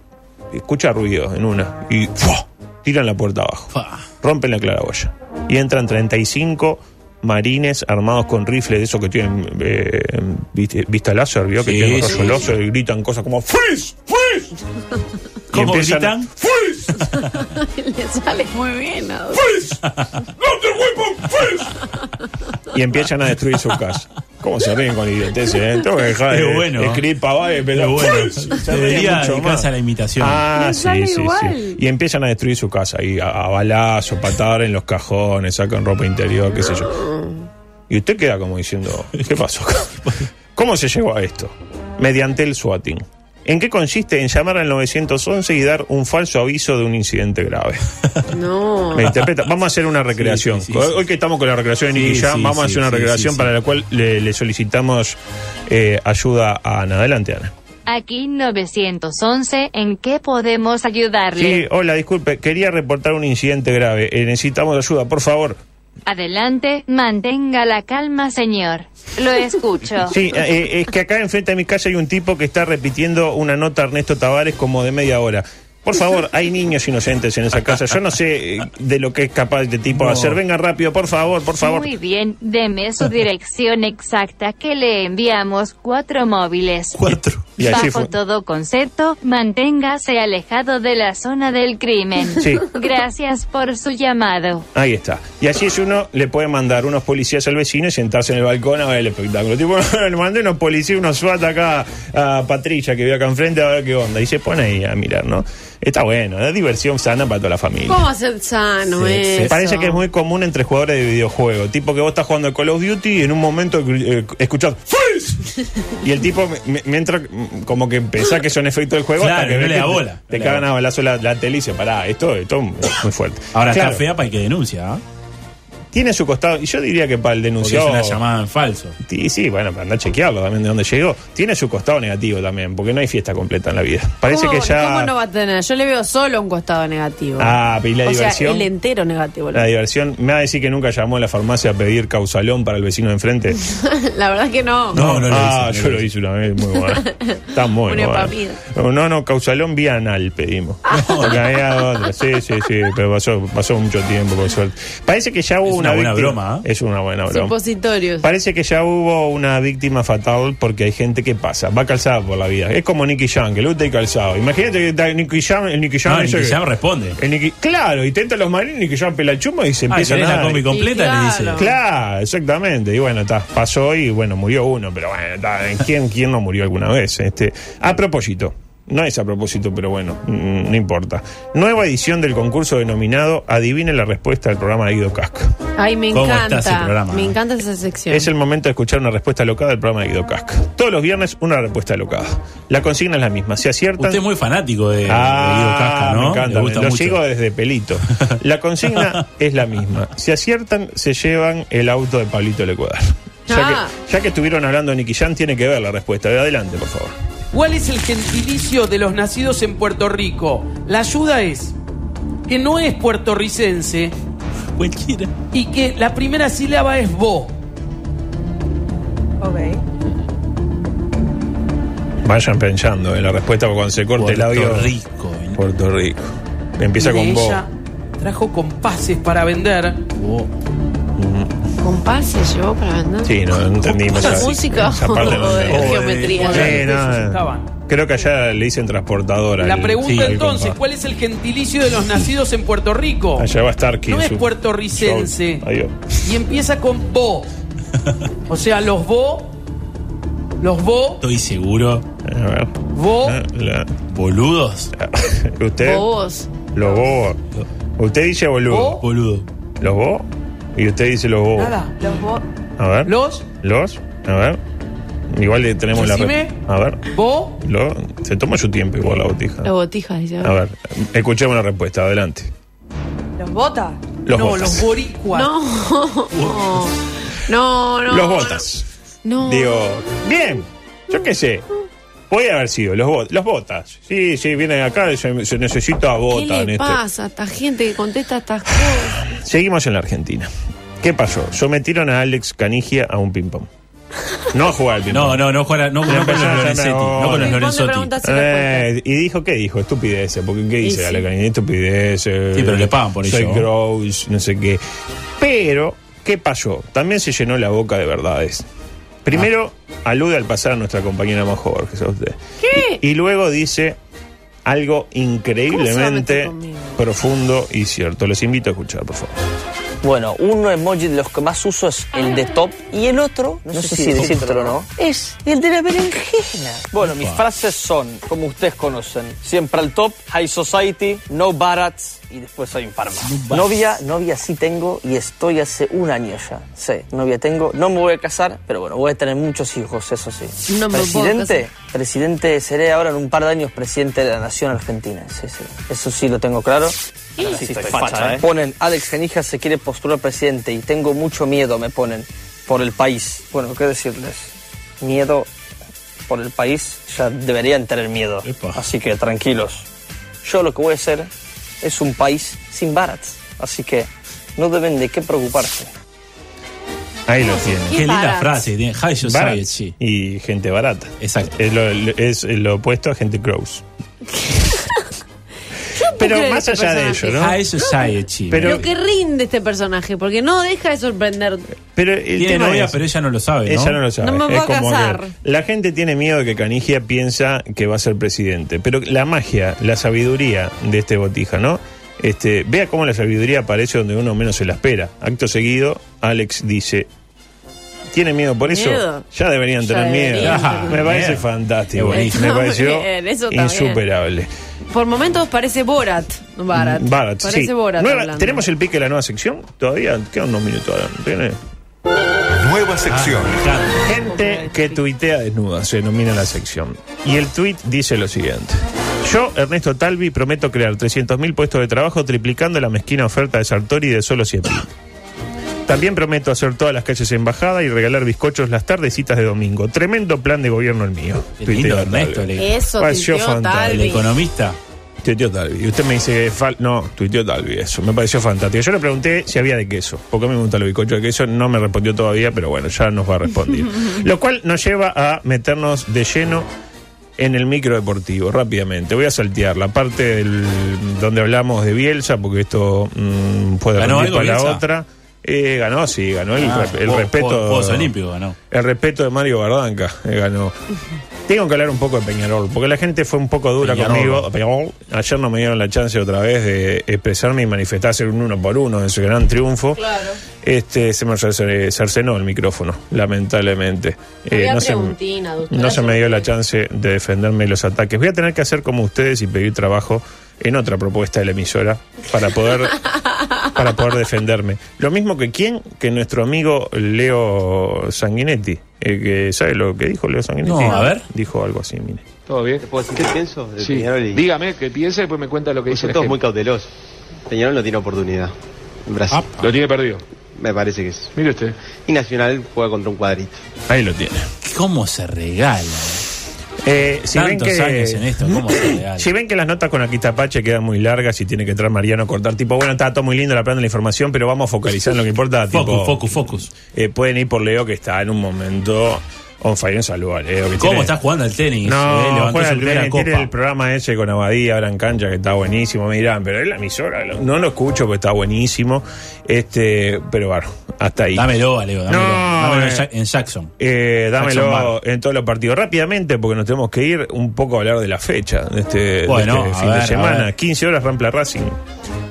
Speaker 4: escucha ruido en una y ¡fua! tiran la puerta abajo
Speaker 5: Fa.
Speaker 4: rompen la claraboya y entran 35 marines armados con rifles de esos que tienen eh, viste- vista láser, vio que
Speaker 5: Sí,
Speaker 4: tienen
Speaker 5: sí,
Speaker 4: rollo láser y gritan cosas como ¡Freeze! ¡Freeze! Y
Speaker 5: ¿Cómo
Speaker 4: empiezan-
Speaker 5: gritan?
Speaker 4: ¡Freeze!
Speaker 6: Le sale muy bien. ¿no?
Speaker 4: ¡Freeze! ¡Not the weapon! ¡Freeze! y empiezan a destruir sus casas. ¿Cómo se ríen con la idiotez? eh? Tengo que dejar
Speaker 5: Es
Speaker 4: de
Speaker 5: bueno.
Speaker 4: escribir pavadas,
Speaker 5: Pero
Speaker 4: pero
Speaker 5: bueno,
Speaker 4: se ríen
Speaker 5: debería
Speaker 4: mucho más.
Speaker 5: dedicarse a la imitación.
Speaker 4: Ah,
Speaker 6: Me
Speaker 4: sí,
Speaker 6: sale
Speaker 4: sí,
Speaker 6: igual.
Speaker 4: sí. Y empiezan a destruir su casa. Y a, a balazo, patar en los cajones, sacan ropa interior, qué sé yo. Y usted queda como diciendo, ¿qué pasó? ¿Cómo se llegó a esto? Mediante el swatting. ¿En qué consiste? En llamar al 911 y dar un falso aviso de un incidente grave.
Speaker 6: No.
Speaker 4: Me interpreta. Vamos a hacer una recreación.
Speaker 5: sí, sí,
Speaker 4: hoy,
Speaker 5: sí.
Speaker 4: hoy que estamos con la recreación de
Speaker 5: Sí,
Speaker 4: Nicky Jam,
Speaker 5: sí,
Speaker 4: vamos a
Speaker 5: sí,
Speaker 4: hacer una
Speaker 5: sí,
Speaker 4: recreación
Speaker 5: sí, sí.
Speaker 4: para la cual le, le solicitamos eh, ayuda a Ana. Adelante, Ana.
Speaker 2: Aquí 911, ¿en qué podemos ayudarle?
Speaker 4: Sí, hola, disculpe, quería reportar un incidente grave. Eh, necesitamos ayuda, por favor.
Speaker 2: Adelante, mantenga la calma, señor. Lo escucho.
Speaker 4: Sí, eh, eh, es que acá enfrente de mi casa hay un tipo que está repitiendo una nota a Ernesto Tavares como de media hora. Por favor, hay niños inocentes en esa casa. Yo no sé eh, de lo que es capaz este tipo de
Speaker 5: No.
Speaker 4: hacer. Venga rápido, por favor, por favor.
Speaker 2: Muy bien, deme su dirección exacta que le enviamos cuatro móviles.
Speaker 5: Cuatro.
Speaker 4: Y allí
Speaker 2: Bajo
Speaker 4: fue.
Speaker 2: todo concepto, manténgase alejado de la zona del crimen.
Speaker 4: Sí.
Speaker 2: Gracias por su llamado.
Speaker 4: Ahí está. Y así es uno, le puede mandar unos policías al vecino y sentarse en el balcón a ver el espectáculo. Tipo, le mandé unos policías, unos SWAT acá a Patricia que vive acá enfrente a ver qué onda. Y se pone ahí a mirar, ¿no? Está bueno, es diversión sana para toda la familia.
Speaker 6: ¿Cómo hacer sano
Speaker 5: Sí, sí.
Speaker 6: eso?
Speaker 4: Parece que es muy común entre jugadores de videojuegos. Tipo que vos estás jugando Call of Duty y en un momento eh, escuchás "Freeze". Y el tipo, me- me, me entra mm, como que pensás que son efectos del juego hasta
Speaker 5: Claro,
Speaker 4: que
Speaker 5: no
Speaker 4: ves
Speaker 5: le
Speaker 4: que
Speaker 5: da
Speaker 4: te-
Speaker 5: bola, no
Speaker 4: Te
Speaker 5: le da
Speaker 4: cagan
Speaker 5: bola.
Speaker 4: a balazo la, la tele y dice, pará, esto, esto es muy fuerte.
Speaker 5: Ahora
Speaker 4: Claro,
Speaker 5: está fea para el que denuncia, ¿ah?
Speaker 4: Tiene su costado, y yo diría que para el
Speaker 5: Porque es
Speaker 4: denunciado.
Speaker 5: una llamada en falso.
Speaker 4: Y sí, bueno, para andar a chequearlo también de dónde llegó. Tiene su costado negativo también, porque no hay fiesta completa en la vida. Parece
Speaker 6: ¿Cómo,
Speaker 4: que ya.
Speaker 6: ¿Cómo no va a tener? Yo le veo solo un costado negativo.
Speaker 4: Ah, y la
Speaker 6: o
Speaker 4: diversión.
Speaker 6: sea, el entero negativo.
Speaker 4: La diversión, me va a decir que nunca llamó a la farmacia a pedir causalón para el vecino de enfrente.
Speaker 6: La verdad que no.
Speaker 5: No, no lo
Speaker 4: ah,
Speaker 5: hice, no
Speaker 4: yo
Speaker 5: lo
Speaker 4: lo hice una vez, muy bueno. Está muy
Speaker 6: Una
Speaker 4: bueno.
Speaker 6: papilla.
Speaker 4: No, no, causalón vía anal pedimos. Porque había otra. Sí, sí, sí, pero pasó, pasó mucho tiempo, por suerte. Parece que ya hubo
Speaker 5: Es una buena
Speaker 4: víctima-
Speaker 5: broma, ¿eh?
Speaker 4: Es una buena broma.
Speaker 6: pues Supositorios.
Speaker 4: Parece que ya hubo una víctima fatal porque hay gente que pasa, va calzada por la vida. Es como Nicky Jam, que le gusta ir calzado. Imagínate que está Nicky Jam, el Nicky Jam,
Speaker 5: No, el
Speaker 4: ese
Speaker 5: que
Speaker 4: que-
Speaker 5: ya responde.
Speaker 4: el Nicky- claro, y tenta los marines, Nicky Jam pela el chumbo y se
Speaker 5: Ah,
Speaker 4: empieza
Speaker 5: ¿querés
Speaker 4: a
Speaker 5: la
Speaker 4: nadar.
Speaker 5: combi completa?
Speaker 6: Y
Speaker 5: Le dice.
Speaker 6: claro.
Speaker 4: Claro, exactamente. Y bueno, ta, pasó y bueno, murió uno, pero bueno, ta, ¿quién, ¿quién no murió alguna vez? Este, a propósito, no es a propósito, pero bueno, mm, no importa. Nueva edición del concurso denominado Adivine la respuesta del programa de Guido Casca.
Speaker 6: Ay, me
Speaker 5: ¿Cómo está
Speaker 6: encanta.
Speaker 5: ese programa?
Speaker 6: Me encanta esa sección.
Speaker 4: Es el momento de escuchar una respuesta locada del programa de Guido Casca. Todos los viernes una respuesta locada. La consigna es la misma. Si aciertan...
Speaker 5: Usted es muy fanático de, de Guido Casca,
Speaker 4: Ah,
Speaker 5: ¿no?
Speaker 4: me encanta,
Speaker 5: Le gusta
Speaker 4: lo
Speaker 5: mucho.
Speaker 4: sigo desde pelito. La consigna es la misma. Si aciertan, se llevan el auto de Pablito Lecuadar. Ya,
Speaker 6: Ah.
Speaker 4: que, ya que estuvieron hablando de Nicky Jam, tiene que ver la respuesta. Adelante, por favor.
Speaker 3: ¿Cuál es el gentilicio de los nacidos en Puerto Rico? La ayuda es que no es puertorricense
Speaker 5: Cualquiera.
Speaker 3: y que la primera sílaba es bo.
Speaker 4: Vayan pensando en la respuesta porque cuando se corte el audio.
Speaker 5: Puerto Rico.
Speaker 4: Puerto Rico. Empieza
Speaker 3: Mire,
Speaker 4: con vos.
Speaker 3: ella trajo compases para vender.
Speaker 5: Oh.
Speaker 6: Compás se llevó para vender.
Speaker 4: Sí, no, no entendimos. esa-
Speaker 6: Música
Speaker 4: esa parte no
Speaker 6: o de
Speaker 4: entendí.
Speaker 6: geometría.
Speaker 4: Sí,
Speaker 3: Joder.
Speaker 4: Eh, no,
Speaker 3: Ellos estaban.
Speaker 4: creo que allá le dicen transportadora.
Speaker 3: La
Speaker 4: al-
Speaker 3: pregunta
Speaker 4: sí, al
Speaker 3: entonces,
Speaker 4: compás.
Speaker 3: ¿cuál es el gentilicio de los nacidos en Puerto
Speaker 1: Ah,
Speaker 3: Rico?
Speaker 4: Allá va a estar
Speaker 3: No es puertorricense.
Speaker 4: Adiós.
Speaker 3: Y empieza con bo. O sea, los bo, los bo,
Speaker 5: Estoy seguro.
Speaker 4: Eh, A ver.
Speaker 3: bo,
Speaker 4: Ah, la-
Speaker 5: Boludos.
Speaker 4: Usted,
Speaker 6: Bobos.
Speaker 4: los bobos. Usted dice boludo.
Speaker 3: Bo-
Speaker 5: Boludo.
Speaker 4: Los bobos. Y usted dice los bobos.
Speaker 3: nada. Los bo,
Speaker 4: A ver.
Speaker 3: los,
Speaker 4: Los. A ver. Igual le tenemos la.
Speaker 3: Decime.
Speaker 4: re- A ver.
Speaker 3: bo,
Speaker 4: Lo- Se toma su tiempo igual la botija.
Speaker 6: Las botijas, dice.
Speaker 4: A ver. Escuchemos la respuesta. Adelante.
Speaker 7: ¿Los botas?
Speaker 4: Los
Speaker 3: no,
Speaker 4: botas.
Speaker 3: los boricuas.
Speaker 6: No. No, no.
Speaker 4: los botas.
Speaker 6: No.
Speaker 4: Digo. Bien. Yo qué sé. Podría haber sido. Los, bot- los botas. Sí, sí, vienen acá. Se, se necesita
Speaker 6: ¿Qué
Speaker 4: botas en
Speaker 6: le
Speaker 4: este.
Speaker 6: pasa a esta gente que contesta
Speaker 5: Ah,
Speaker 6: estas cosas?
Speaker 4: Seguimos en la Argentina. ¿Qué pasó? Sometieron a Alex Canigia a un ping-pong. No a jugar al ping-pong.
Speaker 5: No, no, no, Juana, no, no con los
Speaker 4: empezó a llamar,
Speaker 5: Lorenzetti.
Speaker 4: no.
Speaker 5: No con los
Speaker 6: Responde
Speaker 5: Lorenzotti.
Speaker 6: preguntas y respuestas.
Speaker 4: Eh, y dijo, ¿qué dijo? Estupideces. Porque ¿qué dice
Speaker 6: sí.
Speaker 4: Alex Canigia? Estupideces.
Speaker 5: Sí, pero le pagan por
Speaker 4: Soy
Speaker 5: ello.
Speaker 4: gross, no sé qué. Pero, ¿qué pasó? También se llenó la boca de verdades. Primero,
Speaker 5: Ah.
Speaker 4: alude al pasar a nuestra compañera Majo Borges, a usted.
Speaker 6: ¿Qué?
Speaker 4: Y luego dice algo
Speaker 6: ¿Cómo se va a meter
Speaker 4: increíblemente
Speaker 6: conmigo?
Speaker 4: profundo y cierto. Los invito a escuchar, por favor.
Speaker 8: Bueno, uno emoji de los que más uso es el de top y el otro, no, sé, si decírtelo o no, Ah. es el de la berenjena. Bueno, mis frases son, como ustedes conocen, siempre al top, high society, no barats y después hay un par más. Novia, novia sí tengo y estoy hace un año ya. Sí, novia tengo, no me voy a casar, pero bueno, voy a tener muchos hijos, eso sí.
Speaker 6: No me puedo
Speaker 8: presidente,
Speaker 6: casar.
Speaker 8: presidente, seré ahora en un par de años presidente de la nación argentina. Sí, sí, eso sí lo tengo claro. Sí, estoy facha, ¿eh? Ponen, Alex Genija se quiere postular presidente y tengo mucho miedo, me ponen, por el país. Bueno, ¿qué decirles? Miedo por el país, ya deberían tener miedo.
Speaker 5: Epa.
Speaker 8: Así que tranquilos. Yo lo que voy a hacer es un país sin barats. Así que no deben de qué preocuparse.
Speaker 4: Ahí lo tiene.
Speaker 5: Qué linda
Speaker 6: Barats.
Speaker 5: frase. tiene. Hi
Speaker 4: Barat
Speaker 5: Society.
Speaker 4: y gente barata.
Speaker 5: Exacto.
Speaker 4: Es lo, es lo opuesto a gente gross. Pero
Speaker 6: creer
Speaker 4: más
Speaker 6: este
Speaker 4: allá de
Speaker 6: personaje.
Speaker 4: ello, ¿no?
Speaker 5: Hi Society.
Speaker 4: Pero-
Speaker 6: Lo que rinde este personaje, porque no deja de sorprender.
Speaker 4: Pero el
Speaker 5: Tiene
Speaker 4: tema
Speaker 5: novia,
Speaker 4: es-
Speaker 5: pero ella no lo sabe, ¿no?
Speaker 4: Ella no lo sabe.
Speaker 6: No me
Speaker 4: es
Speaker 6: puedo
Speaker 4: como
Speaker 6: casar.
Speaker 4: que la gente tiene miedo que Canigia piensa que va a ser presidente. Pero la magia, la sabiduría de este botija, ¿no? Este, vea cómo la sabiduría aparece donde uno menos se la espera. Acto seguido, Alex dice. ¿Tiene miedo por eso?
Speaker 6: Miedo.
Speaker 4: Ya deberían
Speaker 6: Ya
Speaker 4: tener miedo.
Speaker 6: deberían
Speaker 5: tener
Speaker 4: me
Speaker 5: miedo.
Speaker 4: parece fantástico.
Speaker 5: Qué buenísimo.
Speaker 4: Me
Speaker 6: Está muy
Speaker 4: pareció
Speaker 6: bien, eso está
Speaker 4: insuperable.
Speaker 6: Por momentos parece Borat. Barat.
Speaker 4: Mm, Barat,
Speaker 6: parece
Speaker 4: sí.
Speaker 6: Borat.
Speaker 4: Nueva-
Speaker 6: hablando.
Speaker 4: ¿Tenemos el pique de la nueva sección? Todavía quedan unos minutos. Alan, ¿tiene?
Speaker 1: Nueva sección.
Speaker 4: Gente que tuitea desnuda, se denomina la sección. Y el tuit dice lo siguiente. Yo, Ernesto Talvi, prometo crear 300.000 puestos de trabajo triplicando la mezquina oferta de Sartori de solo 100.000. También prometo hacer todas las calles embajada y regalar bizcochos las tardecitas de domingo. Tremendo plan de gobierno el mío.
Speaker 5: Qué
Speaker 4: Tuitea
Speaker 5: lindo
Speaker 4: Talvi.
Speaker 5: Ernesto, el,
Speaker 6: Eso,
Speaker 4: Pareció
Speaker 6: tuiteó
Speaker 5: el
Speaker 4: fantástico.
Speaker 6: Talvi.
Speaker 5: economista.
Speaker 4: Tuiteó Talvi. Y usted me dice, que fal- no, tuiteó Talvi, eso. Me pareció fantástico. Yo le pregunté si había de queso, porque a mí me gusta el bizcocho de queso. No me respondió todavía, pero bueno, ya nos va a responder. Lo cual nos lleva a meternos de lleno en el micro deportivo, rápidamente. Voy a saltear la parte del- donde hablamos de Bielsa, porque esto mm, puede
Speaker 5: ¿Ganó
Speaker 4: rendir
Speaker 5: algo
Speaker 4: para la
Speaker 5: Bielsa?
Speaker 4: otra. Eh, ganó, sí, ganó el,
Speaker 5: Ah,
Speaker 4: re- el
Speaker 5: Juegos-
Speaker 4: respeto.
Speaker 5: Juegos- Juegos Olímpicos ganó.
Speaker 4: El respeto de Mario Bardanca eh, ganó. Tengo que hablar un poco de Peñarol, porque la gente fue un poco dura
Speaker 5: Peñarol.
Speaker 4: conmigo. Peñarol. Ayer no me dieron la chance otra vez de expresarme y manifestarse un uno por uno en su gran triunfo.
Speaker 6: Claro.
Speaker 4: Este se me cerce- cercenó el micrófono, lamentablemente. Eh,
Speaker 6: Había
Speaker 4: no, se,
Speaker 6: preguntina, doctora,
Speaker 4: no se
Speaker 6: yo
Speaker 4: me
Speaker 6: no
Speaker 4: dio
Speaker 6: sé.
Speaker 4: la chance de defenderme de los ataques. Voy a tener que hacer como ustedes y pedir trabajo en otra propuesta de la emisora para poder para poder defenderme. Lo mismo que quién, que nuestro amigo Leo Sanguinetti. eh, que, ¿Sabe lo que dijo Leo Sanguinetti?
Speaker 5: No, a ver.
Speaker 4: Dijo algo así, mire.
Speaker 9: ¿Todo bien?
Speaker 8: ¿Qué pienso? de
Speaker 9: Sí.
Speaker 8: Peñarol y-
Speaker 9: Dígame, que piensa y después me cuenta lo que dice.
Speaker 8: Son
Speaker 9: la
Speaker 8: todos muy
Speaker 9: gente.
Speaker 8: cautelosos. Peñarol no tiene oportunidad. En Brasil.
Speaker 9: Lo tiene perdido.
Speaker 8: Me parece que es.
Speaker 9: Mire usted.
Speaker 8: Y Nacional juega contra un cuadrito.
Speaker 4: Ahí lo tiene.
Speaker 5: ¿Cómo se regala?
Speaker 4: Eh, si, ven
Speaker 5: Tantos
Speaker 4: que,
Speaker 5: años en esto, ¿cómo se regala?
Speaker 4: si ven que las notas con Aquitapache quedan muy largas y tiene que entrar Mariano a cortar, tipo, bueno, está todo muy lindo la plan de la información, pero vamos a focalizar en lo que importa.
Speaker 5: Focus,
Speaker 4: tipo,
Speaker 5: focus, focus.
Speaker 4: eh, pueden ir por Leo, que está en un momento on fire. Un saludo a Leo. que
Speaker 5: ¿Cómo
Speaker 4: tiene-
Speaker 5: estás jugando al tenis? Eh,
Speaker 4: No,
Speaker 5: levantó
Speaker 4: juega
Speaker 5: su
Speaker 4: el
Speaker 5: primera
Speaker 4: tenis,
Speaker 5: copa.
Speaker 4: tiene el programa ese con Abadía, ahora en cancha, que está buenísimo. Me dirán, pero es la emisora. lo- No lo escucho porque está buenísimo. Este, pero bueno, hasta ahí.
Speaker 5: Dámelo, Leo, dámelo.
Speaker 4: No,
Speaker 5: dámelo en
Speaker 4: eh.
Speaker 5: Jack- en Jackson.
Speaker 4: Eh,
Speaker 5: Jackson
Speaker 4: dámelo en todos los partidos rápidamente porque nos tenemos que ir un poco a hablar de la fecha de este, de
Speaker 5: Bueno,
Speaker 4: este
Speaker 5: a
Speaker 4: fin
Speaker 5: ver,
Speaker 4: de
Speaker 5: a
Speaker 4: semana.
Speaker 5: ver.
Speaker 4: 15 horas Rampla Racing.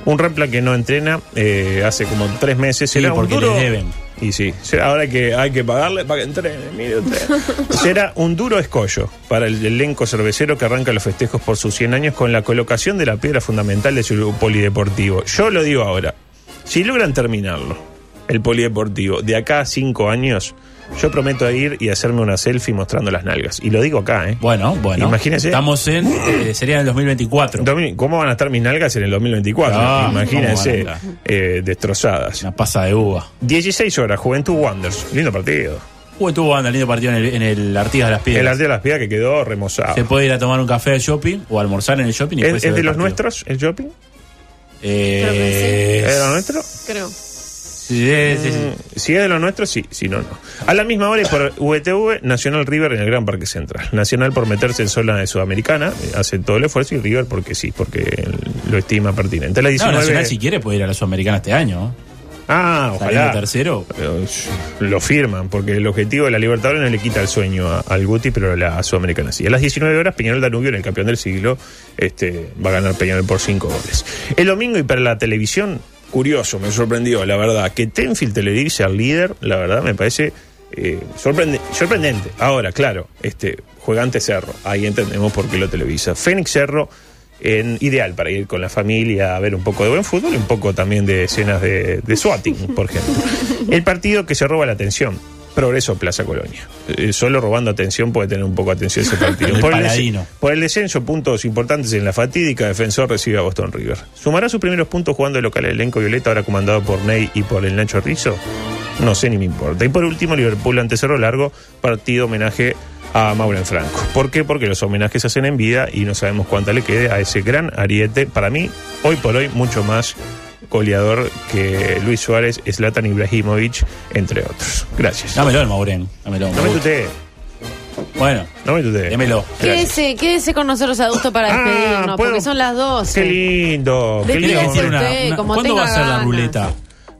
Speaker 4: Un Rampla que no entrena eh, hace como tres meses.
Speaker 5: Sí,
Speaker 4: Será un
Speaker 5: porque
Speaker 4: duro-
Speaker 5: les deben.
Speaker 4: Y sí, será- ahora hay que, hay que pagarle para que entrene, mire usted. Será un duro escollo para el elenco cervecero que arranca los festejos por sus 100 años con la colocación de la piedra fundamental de su polideportivo. Yo lo digo ahora, si logran terminarlo, el polideportivo, de acá a 5 años, yo prometo ir y hacerme una selfie mostrando las nalgas. Y lo digo acá, ¿eh?
Speaker 5: Bueno, bueno.
Speaker 4: Imagínense.
Speaker 5: Estamos en. eh, sería en el 2024.
Speaker 4: Domi- ¿Cómo van a estar mis nalgas en el 2024?
Speaker 5: Ah,
Speaker 4: Imagínense,
Speaker 5: ¿cómo van a estar?
Speaker 4: eh, destrozadas.
Speaker 5: Una pasa de uva.
Speaker 4: 16 horas, Juventud Wanderers. Lindo partido.
Speaker 5: Uy, tuvo banda, lindo partido en el, en el Artigas de las
Speaker 4: El
Speaker 5: Piedras.
Speaker 4: arte de las piedras que quedó remozado.
Speaker 5: Se puede ir a tomar un café al shopping o almorzar en el shopping y después
Speaker 4: ¿Es,
Speaker 5: se
Speaker 4: es
Speaker 5: ve
Speaker 4: de
Speaker 5: el
Speaker 4: los
Speaker 5: partido.
Speaker 4: nuestros el shopping?
Speaker 5: Eh,
Speaker 6: Creo que
Speaker 4: ¿Es de los nuestros?
Speaker 6: Creo.
Speaker 5: sí, sí, sí.
Speaker 4: Mm, Si es de los nuestros, sí, si no, no. A la misma hora y por VTV, Nacional River en el Gran Parque Central. Nacional por meterse en zona de Sudamericana, eh, hace todo el esfuerzo, y River porque sí, porque lo estima pertinente. A las
Speaker 5: No,
Speaker 4: 19,
Speaker 5: Nacional si quiere puede ir a la Sudamericana este año. ¿no?
Speaker 4: ah,
Speaker 5: Saliendo
Speaker 4: ojalá.
Speaker 5: tercero.
Speaker 4: Pero, sh, Lo firman, porque el objetivo de la Libertadores no le quita el sueño a- al Guti, pero a la Sudamericana sí. A las 19 horas, Peñarol Danubio, en el campeón del siglo, este, va a ganar Peñarol por 5 goles. El domingo, y para la televisión, curioso, me sorprendió, la verdad. Que Tenfield Telerí sea el líder, la verdad, me parece eh, sorprende- sorprendente. Ahora, claro, este jugante Cerro, ahí entendemos por qué lo televisa. Fénix Cerro, en, ideal para ir con la familia a ver un poco de buen fútbol y un poco también de escenas de, de swatting, por ejemplo. El partido que se roba la atención. Progreso Plaza Colonia. Eh, solo robando atención puede tener un poco de atención ese partido.
Speaker 5: El
Speaker 4: por, el
Speaker 5: paladino.
Speaker 4: des- por el descenso, puntos importantes en la fatídica. Defensor recibe a Boston River. ¿Sumará sus primeros puntos jugando el local el elenco Violeta, ahora comandado por Ney y por el Nacho Rizzo? No sé ni me importa. Y por último, Liverpool ante Cerro Largo, partido homenaje a Maureen Franco. ¿Por qué? Porque los homenajes se hacen en vida y no sabemos cuánta le quede a ese gran ariete. Para mí, hoy por hoy, mucho más goleador que Luis Suárez, Zlatan Ibrahimovic, entre otros. Gracias.
Speaker 5: Dámelo el Maurén. Dámelo.
Speaker 4: No me tuteé,
Speaker 5: Bueno,
Speaker 4: no me tuteé.
Speaker 5: démelo.
Speaker 4: Gracias.
Speaker 6: Quédese, quédese con nosotros adultos para
Speaker 4: Ah,
Speaker 6: despedirnos,
Speaker 4: ¿puedo?
Speaker 6: porque son las 12.
Speaker 4: Qué lindo, qué
Speaker 6: Despídase
Speaker 4: lindo.
Speaker 6: usted,
Speaker 4: momento.
Speaker 6: como
Speaker 5: ¿Cuándo va a
Speaker 6: tenga
Speaker 5: ser la
Speaker 6: ganas.
Speaker 5: ruleta?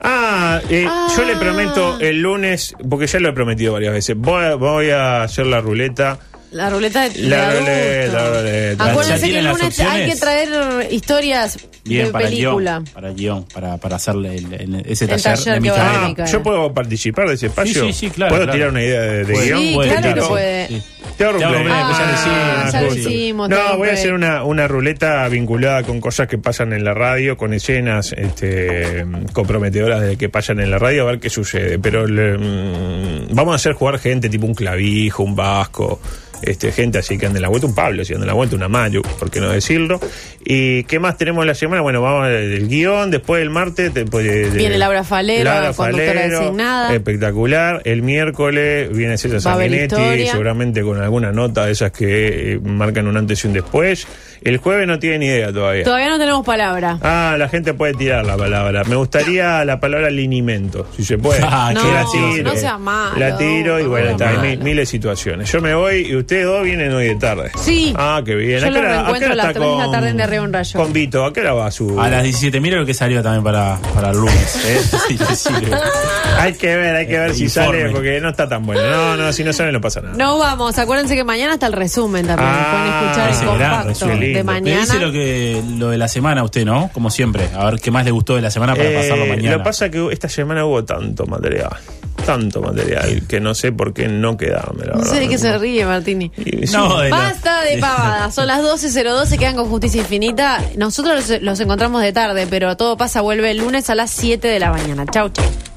Speaker 4: Ah, eh,
Speaker 6: Ah.
Speaker 4: yo le prometo el lunes, porque ya lo he prometido varias veces, voy a, voy a hacer la ruleta.
Speaker 6: La ruleta de
Speaker 4: La
Speaker 6: de
Speaker 4: ruleta,
Speaker 6: adulto.
Speaker 4: la ruleta.
Speaker 5: ¿Ya
Speaker 6: Acuérdense que
Speaker 5: tienen
Speaker 6: el
Speaker 5: las
Speaker 6: lunes hay
Speaker 5: opciones?
Speaker 6: que traer historias
Speaker 5: Bien,
Speaker 6: de
Speaker 5: para el, guión,
Speaker 6: película.
Speaker 5: para el guión, para, para hacerle el- el- ese
Speaker 6: El
Speaker 5: taller,
Speaker 6: taller
Speaker 5: de
Speaker 6: que va a
Speaker 5: Micaela.
Speaker 4: Ah,
Speaker 6: Micaela.
Speaker 4: yo puedo participar de ese espacio.
Speaker 5: sí, sí, claro,
Speaker 4: Puedo
Speaker 5: claro.
Speaker 4: tirar una idea de, de
Speaker 5: Puede,
Speaker 4: guión.
Speaker 6: Pues Sí,
Speaker 5: puede,
Speaker 6: claro
Speaker 5: claro.
Speaker 6: que puede.
Speaker 5: Sí.
Speaker 4: Te hago
Speaker 5: Te hago
Speaker 4: un play,
Speaker 5: play, pues ya lo hicimos,
Speaker 6: Ah, ya lo
Speaker 5: Juli.
Speaker 6: hicimos. te
Speaker 4: No,
Speaker 6: hago
Speaker 4: voy a
Speaker 6: play.
Speaker 4: hacer una, una ruleta vinculada con cosas que pasan en la radio, con escenas este, comprometedoras de que pasan en la radio, a ver qué sucede. Pero le- mm, vamos a hacer jugar gente tipo un clavijo, un vasco, este, gente así que anda en la vuelta, un Pablo, si anda en la vuelta, una Mayu, por qué no decirlo. ¿Y qué más tenemos la semana? Bueno, vamos del guión, después el martes. después de- de-
Speaker 6: Viene Laura Falero,
Speaker 4: Laura
Speaker 6: conductora
Speaker 4: Falero,
Speaker 6: designada.
Speaker 4: Espectacular. El miércoles viene César
Speaker 6: Va a haber
Speaker 4: Sanguinetti,
Speaker 6: historia.
Speaker 4: seguramente seguramente con alguna nota de esas que eh, marcan un antes y un después. El jueves no tiene ni idea todavía.
Speaker 6: Todavía no tenemos palabra.
Speaker 4: Ah, la gente puede tirar la palabra. Me gustaría la palabra linimento, si se puede.
Speaker 5: Ah,
Speaker 4: Yo
Speaker 5: qué
Speaker 4: la
Speaker 5: gracioso.
Speaker 4: tiro.
Speaker 6: No sea malo.
Speaker 4: La tiro y bueno,
Speaker 5: No
Speaker 4: está, hay
Speaker 5: malo.
Speaker 4: mi- miles de situaciones. Yo me voy y ustedes dos vienen hoy de tarde.
Speaker 6: Sí.
Speaker 4: Ah, qué bien.
Speaker 6: Yo
Speaker 4: ¿A qué
Speaker 6: los
Speaker 4: hora- a qué
Speaker 6: reencuentro
Speaker 4: hora
Speaker 6: a las
Speaker 4: está
Speaker 6: tres de la
Speaker 4: con-
Speaker 6: tarde en De Río en Rayo.
Speaker 4: Con Vito, ¿a qué hora va su...?
Speaker 5: A las 17, mira lo que salió también para, para el lunes. ¿eh? Sí, le sirve.
Speaker 4: Hay que ver, hay que ver
Speaker 5: Eh,
Speaker 4: si
Speaker 5: informe.
Speaker 4: sale, porque no está tan bueno. No, no, si no sale no pasa nada.
Speaker 6: No vamos, acuérdense que mañana está el resumen también.
Speaker 4: Ah,
Speaker 6: Pueden
Speaker 5: ese
Speaker 6: escuchar el
Speaker 5: gran
Speaker 6: compacto
Speaker 5: resumen.
Speaker 6: de
Speaker 4: Lindo.
Speaker 5: Me dice
Speaker 6: mañana.
Speaker 5: lo, que, lo de la semana usted, ¿no? Como siempre. A ver qué más le gustó de la semana para
Speaker 4: Eh,
Speaker 5: pasarlo mañana.
Speaker 4: Lo que pasa es que esta semana hubo tanto material, tanto material, que no sé por qué no quedarme, la
Speaker 6: No
Speaker 4: verdad.
Speaker 6: sé de qué se ríe, Martini.
Speaker 4: Y- sí.
Speaker 5: No, de la-
Speaker 6: Basta de pavadas. Son las 12.02, se quedan con Justicia Infinita. Nosotros los, los encontramos de tarde, pero todo pasa, vuelve el lunes a las 7 de la mañana. Chau, chau.